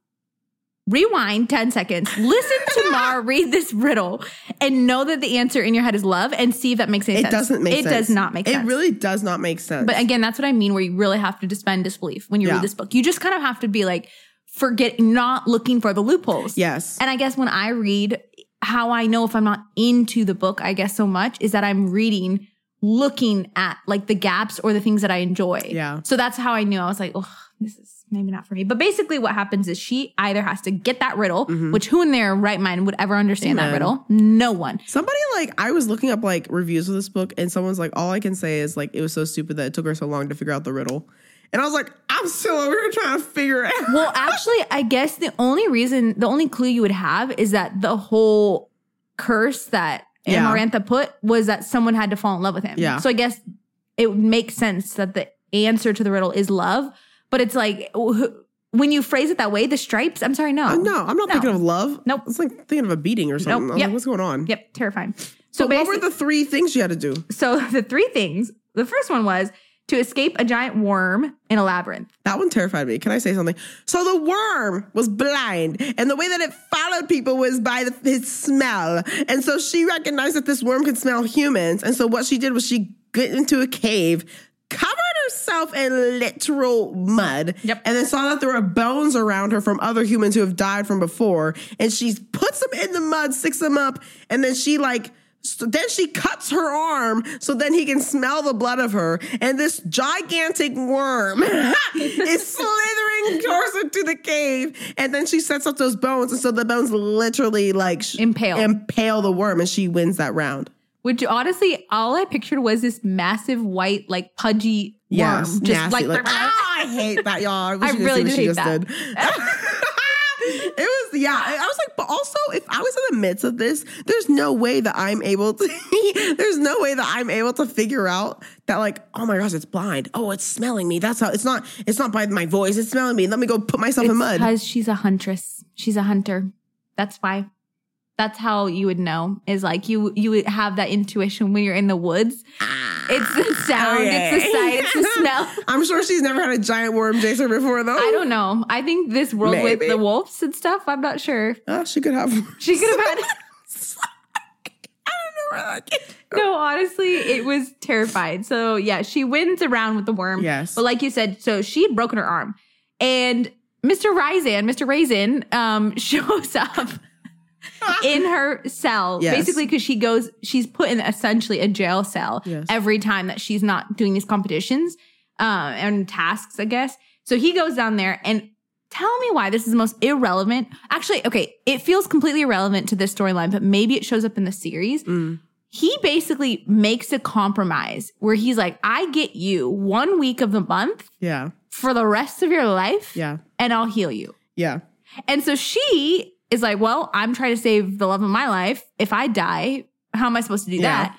A: rewind 10 seconds, listen to Mar read this riddle, and know that the answer in your head is love and see if that makes any
B: It
A: sense.
B: doesn't make
A: it
B: sense.
A: does not make
B: it
A: sense.
B: It really does not make sense.
A: But again, that's what I mean where you really have to suspend disbelief when you
B: Yeah.
A: read this book. You just kind of have to be like, forget not looking for the loopholes.
B: yes.
A: And I guess when I read, how I know if I'm not into the book, I guess so much is that I'm reading, looking at like the gaps or the things that I enjoy.
B: Yeah.
A: So that's how I knew. I was like, oh, this is maybe not for me. But basically, what happens is she either has to get that riddle, which who in their right mind would ever understand that
B: Mm-hmm. Amen.
A: riddle? No one.
B: Somebody like I was looking up like reviews of this book, and someone's like, "All I can say is like it was so stupid that it took her so long to figure out the riddle," and I was like, "I'm still over here trying to figure it out."
A: Well, actually, I guess the only reason, the only clue you would have is that the whole curse that
B: Yeah.
A: Amarantha put was that someone had to fall in love with him.
B: Yeah.
A: So I guess it would make sense that the answer to the riddle is love, but it's like wh- when you phrase it that way, the stripes. I'm sorry, no,
B: Uh, no, I'm not
A: No.
B: thinking of love.
A: Nope.
B: it's like thinking of a beating or something.
A: Nope.
B: I was
A: Yep.
B: like, "What's going on?"
A: Yep, terrifying. So
B: So what
A: basically,
B: were the three things you had to do?
A: so the three things. The first one was to escape a giant worm in a labyrinth.
B: That one terrified me. Can I say something? So the worm was blind, and the way that it followed people was by the, his smell. And so she recognized that this worm could smell humans. And so what she did was she got into a cave, covered herself in literal mud,
A: Yep.
B: and then saw that there were bones around her from other humans who have died from before. And she puts them in the mud, sticks them up, and then she like so then she cuts her arm so then he can smell the blood of her. And this gigantic worm is slithering towards her to the cave. And then she sets up those bones. And so the bones literally like sh-
A: Impale.
B: impale the worm and she wins that round.
C: which honestly, all I pictured was this massive white, like pudgy
B: Yes,
C: worm, just
B: nasty.
C: like,
B: Like, ah, I hate that, y'all. I, wish
C: I
B: you could
C: really
B: see
C: did
B: what she
C: hate
B: just did. it was yeah. I I was like, but also, if I was in the midst of this, there's no way that I'm able to. there's no way that I'm able to figure out that like, oh my gosh, it's blind. Oh, it's smelling me. That's how. It's not. It's not by my voice. It's smelling me. Let me go put myself in mud.
A: because she's a huntress. She's a hunter. That's why. That's how you would know. Is like you you would have that intuition when you're in the woods. It's
B: Oh,
A: the sound. It's the sight. It's the smell.
B: Ah, I'm sure she's never had a giant worm chaser before though.
A: I don't know. I think this world with
B: Maybe.
A: the wolves and stuff. I'm not sure.
B: Oh, she could have.
A: She could have had.
B: I don't know where that came.
A: No, honestly, it was terrifying. So yeah, she wins a round with the worm.
B: Yes.
A: But like you said, so she had broken her arm. And Mr. Ryzan, Mr. Raisin, um, shows up in her cell.
B: Yes.
A: Basically, because she goes, she's put in essentially a jail cell
B: Yes.
A: every time that she's not doing these competitions uh, and tasks, I guess. So he goes down there and tell me why this is the most irrelevant. Actually, okay, it feels completely irrelevant to this storyline, but maybe it shows up in the series
C: Mm.
A: he basically makes a compromise where he's like, I get you one week of the month
B: Yeah.
A: for the rest of your life,
B: Yeah.
A: and I'll heal you.
B: Yeah.
A: And so she is like, Well, I'm trying to save the love of my life. If I die, how am I supposed to do
B: Yeah.
A: that?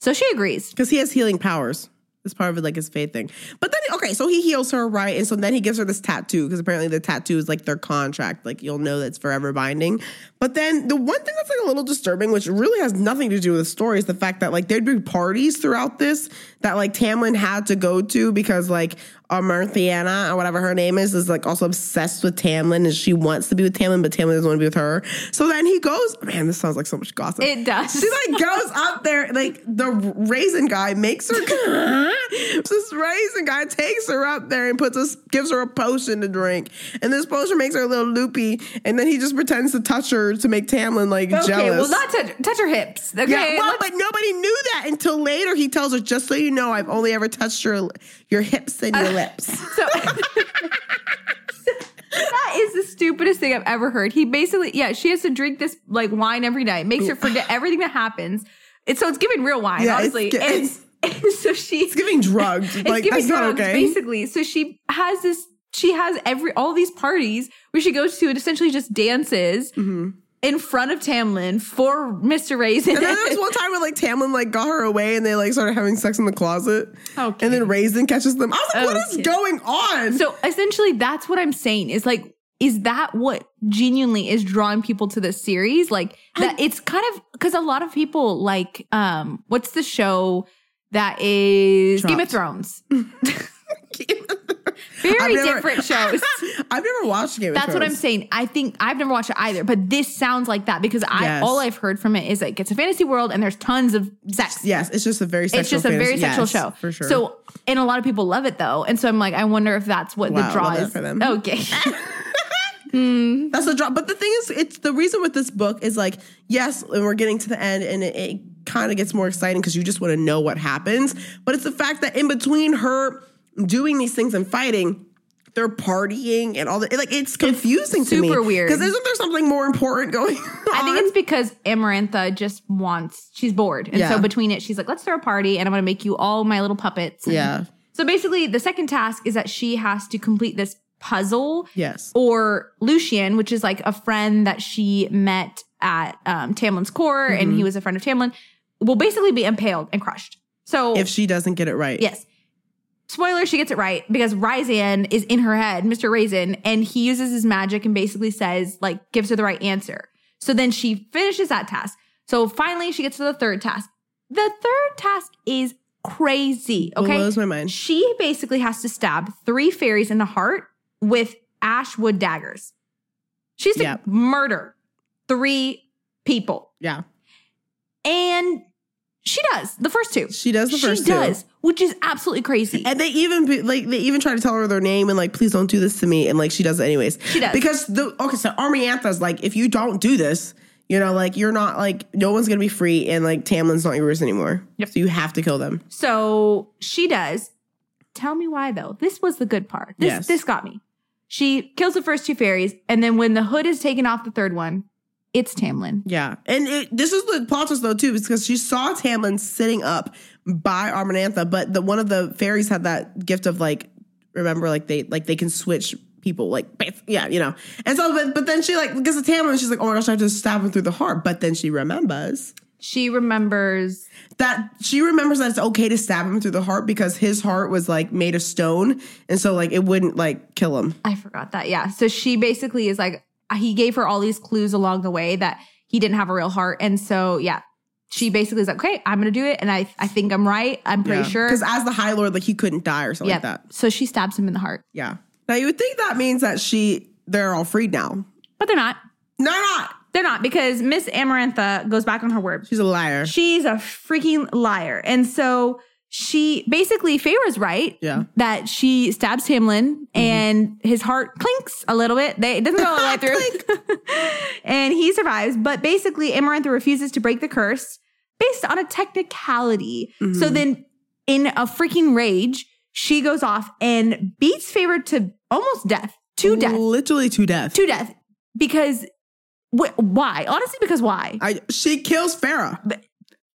A: So she agrees.
B: because he has healing powers. It's part of it, like his faith thing. But then, okay, so he heals her, right? And so then he gives her this tattoo because apparently the tattoo is like their contract. Like you'll know that's forever binding. But then the one thing that's like a little disturbing, which really has nothing to do with the story, is the fact that like there'd be parties throughout this that like Tamlin had to go to because like Amarthiana or whatever her name is is like also obsessed with Tamlin and she wants to be with Tamlin, but Tamlin doesn't want to be with her. So then he goes, man, this sounds like so much gossip.
A: It does.
B: She like goes up there, like the raisin guy makes her. this raisin guy takes her up there and puts us, gives her a potion to drink, and this potion makes her a little loopy, and then he just pretends to touch her to make Tamlin like
C: okay, well,
B: jealous.
C: not touch, touch her hips. Okay,
B: yeah, well,
C: let's-
B: but nobody knew that until later. He tells her, "Just so you know, I've only ever touched your your hips and your lips."
A: So that is the stupidest thing I've ever heard. He basically, yeah, she has to drink this like wine every night, makes her forget everything that happens. It's so it's giving real wine,
B: Yeah, it's
A: honestly.
B: gi-
A: and, and so she
B: It's giving drugs.
A: it's
B: like
A: giving
B: that's not
A: drugs,
B: okay.
A: basically. So she has this. She has every all these parties where she goes to and essentially just dances in front of Tamlin for Mr. Raisin.
B: Mm-hmm. And then there was one time where like Tamlin like got her away and they like started having sex in the closet.
A: Okay.
B: And then Raisin catches them. I was like, what is
A: Okay.
B: going on?
A: Oh, so essentially, that's what I'm saying is like, is that what genuinely is drawing people to this series? Like that it's kind of because a lot of people like, um, what's the show that is Game of
B: Dropped.
A: Thrones? Very
B: never-
A: different shows.
B: I've never watched Game
A: That's
B: of Thrones.
A: what I'm saying. I think I've never watched it either, but this sounds like that because I
B: Yes.
A: all I've heard from it is like it's a fantasy world and there's tons of sex.
B: Yes, it's just a very sexual
A: it's just a very
B: fantasy-
A: sexual
B: yes,
A: show.
B: For sure.
A: So and a lot of people love it though. And so I'm like, I wonder if that's what
B: Wow,
A: the draw
B: love that
A: is.
B: for them.
A: Okay.
B: That's the drop. But the thing is, it's the reason with this book is like, yes, and we're getting to the end and it, it kind of gets more exciting because you just want to know what happens. But it's the fact that in between her doing these things and fighting, they're partying and all that. Like, it's confusing to me.
A: super weird.
B: Because isn't there something more important going on?
A: I think it's because Amarantha just wants she's bored. And so
B: Yeah.
A: between it, she's like, let's throw a party and I'm gonna make you all my little puppets. And
B: Yeah.
A: So basically the second task is that she has to complete this puzzle.
B: Yes.
A: or Lucian, which is like a friend that she met at um, Tamlin's core, and
B: Mm-hmm.
A: he was a friend of Tamlin, will basically be impaled and crushed. So,
B: If she doesn't get it right.
A: yes. Spoiler, she gets it right because Ryzan is in her head, Mr. Raisin, and he uses his magic and basically says, like, gives her the right answer. So then she finishes that task. So finally, she gets to the third task. The third task is crazy. Okay.
B: Blows my mind.
A: She basically has to stab three fairies in the heart with ash wood daggers. She's to
B: Yep.
A: murder three people.
B: Yeah.
A: And she does the first two.
B: She does the first
A: She
B: two.
A: does, which is absolutely crazy.
B: And they even be- like they even try to tell her their name and like please don't do this to me and like she does it anyways. She
A: does.
B: because the okay so Armiantha's like if you don't do this, you know like you're not like no one's gonna be free and like Tamlin's not yours anymore.
A: Yep.
B: So you have to kill them.
A: so she does. Tell me why though. This was the good part. This
B: Yes.
A: this got me. She kills the first two fairies, and then when the hood is taken off the third one, It's Tamlin.
B: Yeah. And it, this is the plot twist though too, because she saw Tamlin sitting up by Armanantha, but the one of the fairies had that gift of like remember like they like they can switch people like bam, yeah you know and so but, but then she like gets a Tamlin and she's like oh my gosh I have to stab him through the heart but then she remembers
A: She remembers
B: that she remembers that it's okay to stab him through the heart because his heart was like made of stone and so like it wouldn't like kill him
A: I forgot that. Yeah. So she basically is like, he gave her all these clues along the way that he didn't have a real heart. And so, yeah, she basically is like, okay, I'm going to do it. And I, I think I'm right. I'm pretty sure.
B: because as the High Lord like he couldn't die or something
A: yeah.
B: like that
A: So she stabs him in the heart,
B: yeah now you would think that means that she they're all freed now
A: but they're not.
B: No, not.
A: They're not because Miss Amarantha goes back on her word.
B: She's a liar.
A: She's a freaking liar. And so she basically, Feyre's right.
B: Yeah.
A: That she stabs Tamlin and his heart clinks a little bit. They, it doesn't go all the way through. and he survives. But basically, Amarantha refuses to break the curse based on a technicality. So then, in a freaking rage, she goes off and beats Feyre to almost death, to death,
B: Literally to death.
A: to death. Because wh- why? Honestly, because why?
B: I, she kills Farah.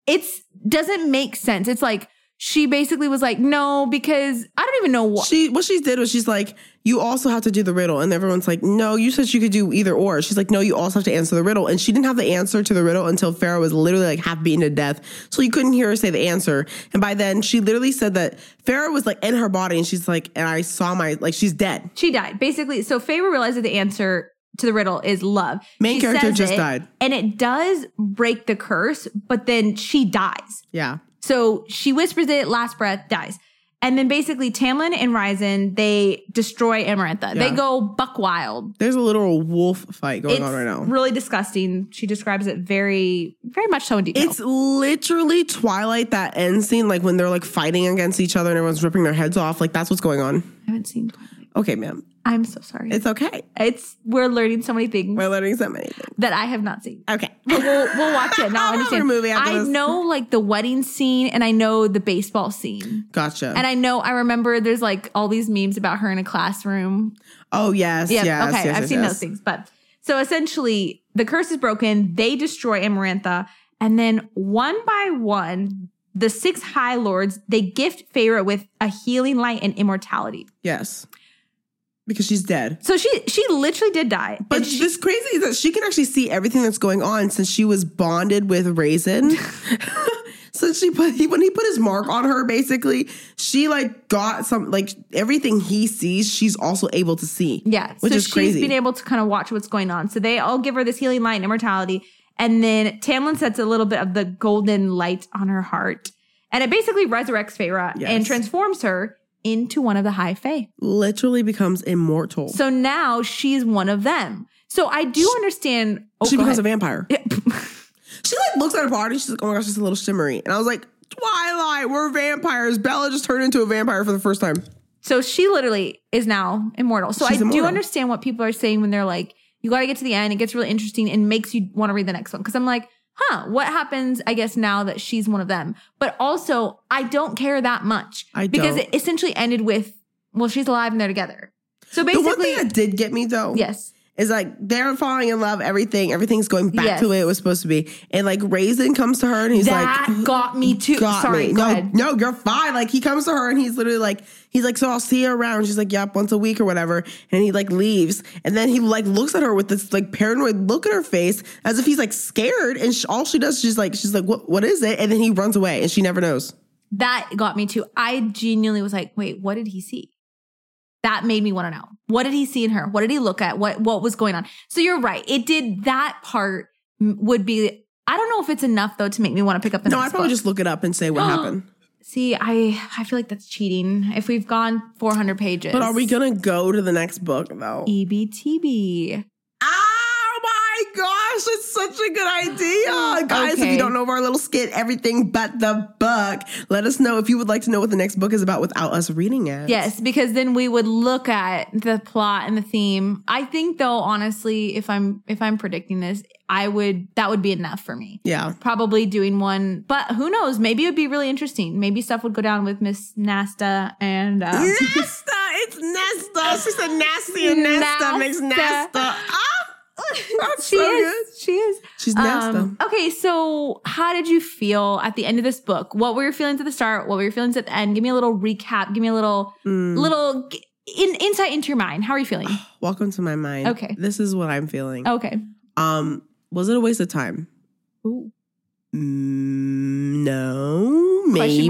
A: it's doesn't make sense. It's like she basically was like, no, because I don't even know what.
B: She what she did was she's like, you also have to do the riddle, and everyone's like, no, you said you could do either or. She's like, no, you also have to answer the riddle, and she didn't have the answer to the riddle until Farah was literally like half beaten to death, so you couldn't hear her say the answer. And by then, she literally said that Farah was like in her body, and she's like, and I saw my like she's dead.
A: she died basically. So Faber realized that the answer to the riddle is love.
B: Main
A: She
B: character
A: says
B: just
A: it,
B: died.
A: and it does break the curse, but then she dies.
B: Yeah,
A: So she whispers it, last breath, dies. And then basically Tamlin and Ryzen, they destroy Amarantha. They
B: Yeah.
A: go buck wild.
B: there's a literal wolf fight going
A: it's
B: on right now.
A: really disgusting. She describes it very, very much so in detail.
B: It's literally Twilight that end scene, like when they're like fighting against each other and everyone's ripping their heads off. Like that's what's going on.
A: I haven't seen.
B: Okay, ma'am.
A: I'm so sorry. It's,
B: It's okay.
A: we're learning so many things.
B: We're learning so many things.
A: that I have not seen.
B: Okay.
A: But we'll, we'll watch it. Now
B: I'll
A: I understand.
B: remember movie after
A: I
B: this.
A: know like the wedding scene and I know the baseball scene.
B: Gotcha.
A: And I know I remember there's like all these memes about her in a classroom.
B: oh yes.
A: Yeah.
B: yes,
A: okay.
B: yes,
A: I've
B: yes,
A: seen
B: yes.
A: those things. But so essentially the curse is broken. They destroy Amarantha. And then one by one, the six high lords, they gift Feyre with a healing light and immortality.
B: Yes. Because she's dead.
A: So she she literally did die.
B: But
A: And she-
B: this crazy is that she can actually see everything that's going on since she was bonded with Raisin. Since she put he, when he put his mark on her, basically, she like got some like everything he sees, she's also able to see.
A: Yeah.
B: Which
A: so
B: is
A: she's
B: crazy.
A: been able to kind of watch what's going on. So they all give her this healing light and immortality. And then Tamlin sets a little bit of the golden light on her heart. And it basically resurrects Feyre and
B: Yes.
A: transforms her into one of the High Fae.
B: literally becomes immortal.
A: So now she's one of them. So I do understand. Oh,
B: she
A: go
B: becomes a
A: ahead.
B: vampire. She like looks at her body. She's like, oh my gosh, it's a little shimmery. And I was like, Twilight, we're vampires. Bella just turned into a vampire for the first time.
A: So she literally is now immortal. So I
B: She's
A: do
B: immortal.
A: understand what people are saying when they're like, you got to get to the end. It gets really interesting and makes you want to read the next one. Cause I'm like, huh, what happens, I guess, now that she's one of them? But also, I don't care that much.
B: I
A: Because
B: don't.
A: it essentially ended with, well, she's alive and they're together. So
B: the one
A: basically,
B: thing that did get me though,
A: yes.
B: is like they're falling in love. Everything, everything's going back
A: Yes.
B: to the way it was supposed to be. And like Raisin comes to her and he's
A: That
B: like,
A: got me too.
B: got
A: Sorry,
B: me.
A: go
B: no,
A: ahead.
B: no, you're fine. Like he comes to her and he's literally like, he's like, so I'll see you around. She's like, yep, once a week or whatever. And he like leaves, and then he like looks at her with this like paranoid look in her face, as if he's like scared. And she, all she does, she's like, she's like, what, what is it? And then he runs away, and she never knows.
A: That got me too. I genuinely was like, wait, what did he see? That made me want to know. What did he see in her? What did he look at? What what was going on? So you're right. It did that part m- would be I don't know if it's enough though to make me want to pick up the
B: No, I
A: next
B: probably
A: book.
B: just look it up and say what happened.
A: See, I I feel like that's cheating. If we've gone 400 pages. E
B: But are we gonna go to the next book though?
A: EBTB.
B: Oh my gosh, it's such a good idea. Guys, if
A: Oh, Okay.
B: you don't know of our little skit, Everything But the Book, let us know if you would like to know what the next book is about without us reading it.
A: Yes, because then we would look at the plot and the theme. I think though honestly, if I'm if I'm predicting this, I would that would be enough for me.
B: Yeah.
A: probably doing one, but who knows? Maybe it would be really interesting. Maybe stuff would go down with Miss Nasta and uh,
B: Nesta, it's Nesta. She said nasty and Nesta, makes
A: Nesta.
B: Nesta. Ah, That's
A: she
B: so
A: is. She is.
B: She's nasty.
A: Um, okay, so how did you feel at the end of this book? What were your feelings at the start? What were your feelings at the end? Give me a little recap. Give me a little
B: Mm.
A: little g- in, insight into your mind. How are you feeling?
B: Welcome to my mind.
A: Okay. Oh.
B: This is what I'm feeling.
A: Okay.
B: Um, was it a waste of time?
A: Ooh.
B: Mm, no,
A: Question
B: maybe.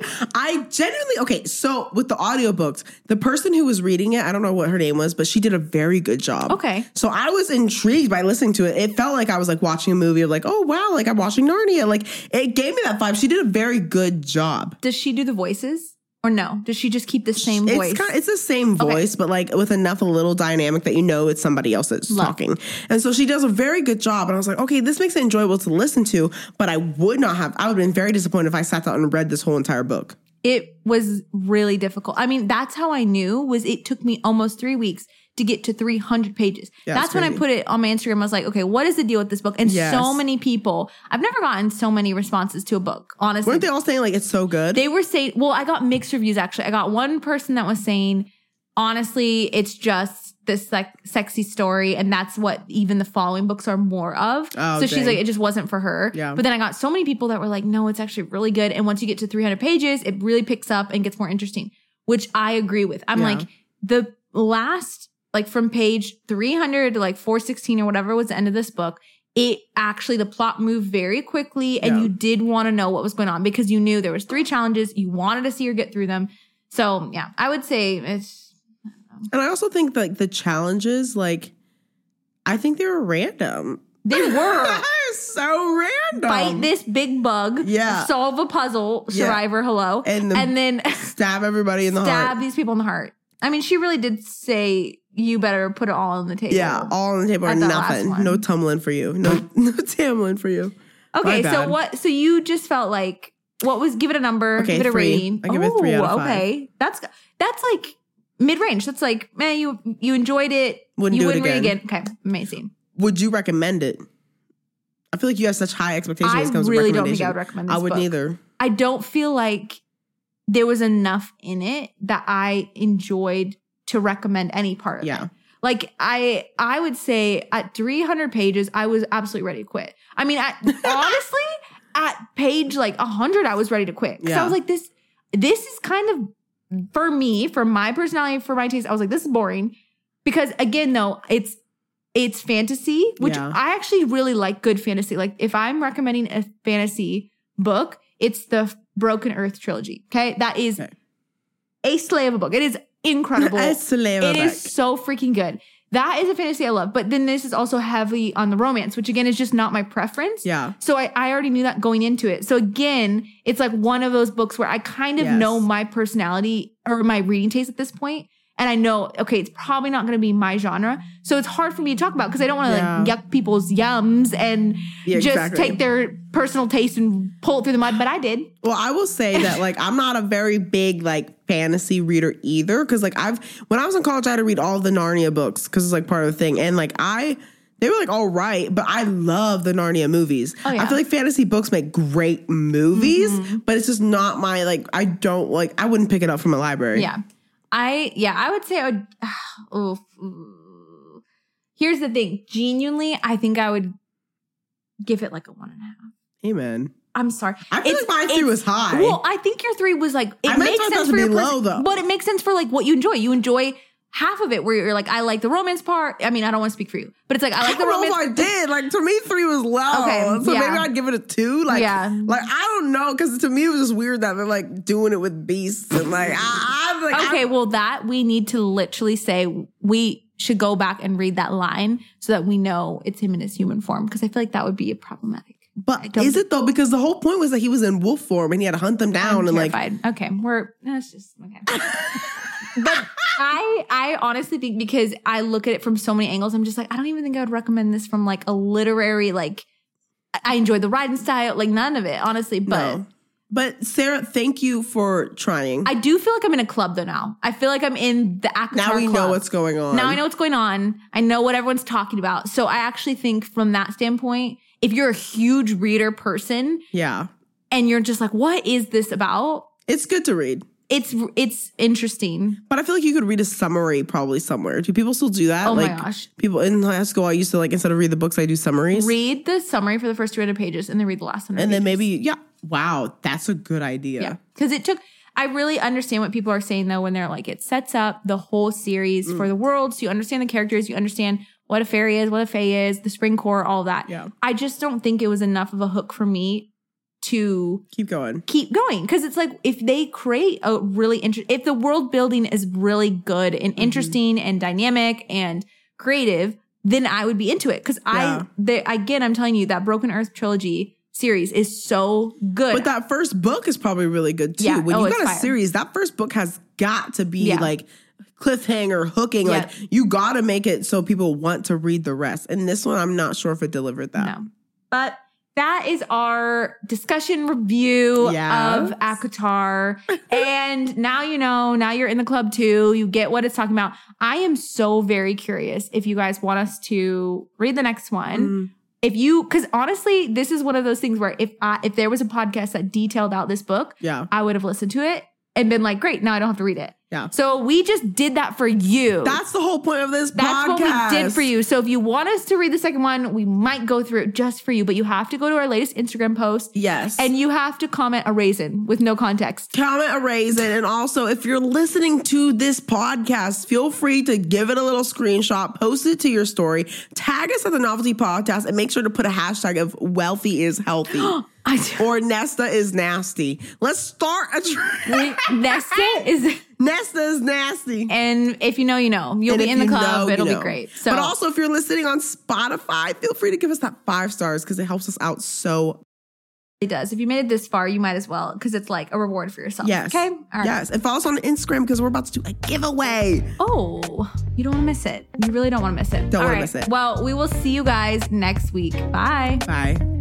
A: mark?
B: I genuinely okay. So with the audiobooks, the person who was reading it, I don't know what her name was, but she did a very good job.
A: Okay.
B: So I was intrigued by listening to it. It felt like I was like watching a movie of like, oh wow, like I'm watching Narnia. Like it gave me that vibe. She did a very good job.
A: Does she do the voices or no? Does she just keep the same
B: it's
A: voice?
B: kind of- it's the same
A: Okay.
B: voice, but like with enough a little dynamic that you know it's somebody else that's
A: Love.
B: talking. And so she does a very good job. And I was like, okay, this makes it enjoyable to listen to. But I would not have. I would have been very disappointed if I sat down and read this whole entire book.
A: it was really difficult. I mean, that's how I knew was it took me almost three weeks to get to 300 pages.
B: Yeah,
A: that's
B: it's
A: when I
B: crazy.
A: put it on my Instagram. I was like, okay, what is the deal with this book? And so
B: Yes.
A: many people, I've never gotten so many responses to a book, honestly.
B: Weren't they all saying like it's so good?
A: They were saying, well, I got mixed reviews actually. I got one person that was saying, honestly, it's just this like sexy story, and that's what even the following books are more of.
B: Oh,
A: so she's
B: dang.
A: like, it just wasn't for her.
B: Yeah.
A: But then I got so many people that were like, no, it's actually really good. And once you get to 300 pages, it really picks up and gets more interesting, which I agree with. I'm
B: Yeah.
A: like, the last, like from page 300 to like 416 or whatever was the end of this book, it actually the plot moved very quickly and
B: Yeah.
A: you did want to know what was going on because you knew there was three challenges you wanted to see her get through them so yeah i would say it's
B: and I also think like the challenges, like I think they were random.
A: they were
B: They're so random.
A: fight this big bug
B: Um, Yeah.
A: solve a puzzle
B: Yeah.
A: survivor hello
B: And the-
A: then
B: Stab everybody in the
A: stab
B: heart.
A: these people in the heart i mean she really did say you better put it all on the table
B: Yeah, all on the table or
A: At that last
B: nothing.
A: one.
B: No tumbling for you. No, no tumbling for you. My
A: okay so
B: bad.
A: what so you just felt like what was give it a number
B: Okay,
A: give it a
B: three.
A: rating
B: I give it three
A: Ooh,
B: out of five.
A: okay that's that's like mid-range that's like man you you enjoyed it
B: Wouldn't
A: you
B: do it
A: wouldn't read
B: again.
A: again okay amazing
B: would you recommend it? I feel like you have such high expectations
A: i
B: when it comes
A: really
B: to
A: don't think
B: recommendation.
A: i would recommend this
B: I would
A: book.
B: neither.
A: i don't feel like there was enough in it that i enjoyed to recommend any part of it.
B: Yeah.
A: Like I, I would say at 300 pages, I was absolutely ready to quit. I mean, at, honestly, at page like 100, I was ready to quit. 'Cause I
B: Yeah.
A: was like, this, this is kind of for me, for my personality, for my taste. I was like, this is boring. Because again, though, it's it's fantasy, which
B: Yeah.
A: I actually really like. Good fantasy. Like if I'm recommending a fantasy book, it's the Broken Earth trilogy. Okay, that is
B: Okay.
A: a slay of a book. It is incredible. It is so freaking good. That is a fantasy I love. But then this is also heavily on the romance, which again is just not my preference.
B: Yeah.
A: So I, I already knew that going into it. So again, it's like one of those books where I kind of
B: Yes.
A: know my personality or my reading taste at this point, And I know, okay, it's probably not going to be my genre. So it's hard for me to talk about because I don't want to like
B: Yeah.
A: yuck people's yums and
B: Yeah,
A: just
B: exactly.
A: take their personal taste and pull it through the mud. But I did.
B: Well, I will say that like I'm not a very big like fantasy reader either because like I've when I was in college I had to read all the Narnia books because it's like part of the thing and like I they were like all right but I love the Narnia movies.
A: Oh, yeah. Mm-hmm.
B: I feel like fantasy books make great movies but it's just not my like I don't like I wouldn't pick it up from a library.
A: Yeah. I yeah, I would say I would oof. Here's the thing. Genuinely, I think I would give it like a one and a half.
B: Amen.
A: I'm sorry.
B: I feel
A: It's-
B: like my three
A: it's-
B: was high.
A: Well, I think your three was like it
B: I meant
A: makes
B: for it
A: sense
B: to
A: for your
B: be
A: pers-
B: low, though.
A: but it makes sense for like what you enjoy. You enjoy half of it where you're like, I like the romance part. I mean, I don't want to speak for you, but it's like I
B: I
A: like the
B: don't know
A: romance.
B: if I did. Like to me, three was low.
A: Okay,
B: so
A: yeah.
B: maybe I'd give it a two. Like,
A: Yeah.
B: like I don't know, because to me it was just weird that they're like doing it with beasts and like I, I'm like I-
A: okay, well, that we need to literally say we should go back and read that line so that we know it's him in his human form because I feel like that would be problematic.
B: but
A: don't-
B: is it though? Because the whole point was that he was in wolf form and he had to hunt them down
A: I'm
B: and like
A: terrified. okay, we're that's just okay. but I I honestly think because I look at it from so many angles, I'm just like I don't even think I would recommend this from like a literary like. I- I enjoyed the writing style, like none of it, honestly. But
B: no. But Sarah, thank you for trying.
A: I do feel like I'm in a club though now. I feel like I'm in the Akatar
B: now we know
A: club.
B: what's going on.
A: Now I know what's going on. I know what everyone's talking about. So I actually think from that standpoint, if you're a huge reader person
B: Yeah,
A: and you're just like, what is this about?
B: it's good to read.
A: it's it's interesting.
B: But I feel like you could read a summary probably somewhere. Do people still do that?
A: Oh my
B: like
A: gosh.
B: people in high school, I used to like instead of read the books, I do summaries.
A: Read the summary for the first 300 pages and then read the last 100
B: and then maybe yeah. Wow, that's a good idea.
A: Yeah. Because it took, I really understand what people are saying though when they're like, it sets up the whole series
B: Mm.
A: for the world. So you understand the characters, you understand what a fairy is, what a fae is, the spring core, all that.
B: Yeah.
A: I just don't think it was enough of a hook for me to
B: Keep going.
A: keep going. Cause it's like, if they create a really interesting, if the world building is really good
B: Mm-hmm.
A: and interesting and dynamic and creative, then I would be into it. Cause
B: Yeah.
A: I, they, again, I'm telling you that Broken Earth trilogy series is so good.
B: But that first book is probably really good too.
A: Yeah.
B: When
A: Oh,
B: you
A: it's
B: got a
A: fire.
B: series, that first book has got to be
A: Yeah.
B: like cliffhanger hooking.
A: Yeah.
B: Like you gotta make it so people want to read the rest. And this one I'm not sure if it delivered that.
A: No. But that is our discussion review
B: Yes.
A: of ACOTAR. and now you know, now you're in the club too. You get what it's talking about. I am so very curious if you guys want us to read the next one.
B: Mm.
A: If you cuz honestly, this is one of those things where if I if there was a podcast that detailed out this book,
B: Yeah.
A: I would have listened to it and been like, "Great, now I don't have to read it."
B: Yeah.
A: So we just did that for you.
B: That's the whole point of this
A: That's
B: podcast.
A: what we did for you. So if you want us to read the second one, we might go through it just for you, but you have to go to our latest Instagram post
B: Yes.
A: and you have to comment a raisin with no context.
B: comment a raisin and also if you're listening to this podcast feel free to give it a little screenshot post it to your story tag us at the novelty podcast and make sure to put a hashtag of wealthy is healthy
A: I do.
B: or nesta is nasty let's start a trend
A: Nesta is,
B: nesta is nasty
A: and if you know, you know. You'll
B: And
A: be
B: if
A: in the
B: you
A: club.
B: know, you
A: It'll
B: know.
A: be great. So,
B: but also if you're listening on spotify feel free to give us that five stars because it helps us out so
A: it does. If you made it this far, you might as well because it's like a reward for yourself.
B: yes
A: Okay. All right.
B: yes and follow us on instagram because we're about to do a giveaway
A: Oh, you don't want to miss it. You really don't want to miss it.
B: Don't
A: All
B: wanna
A: right.
B: miss it.
A: Well, we will see you guys next week. Bye.
B: bye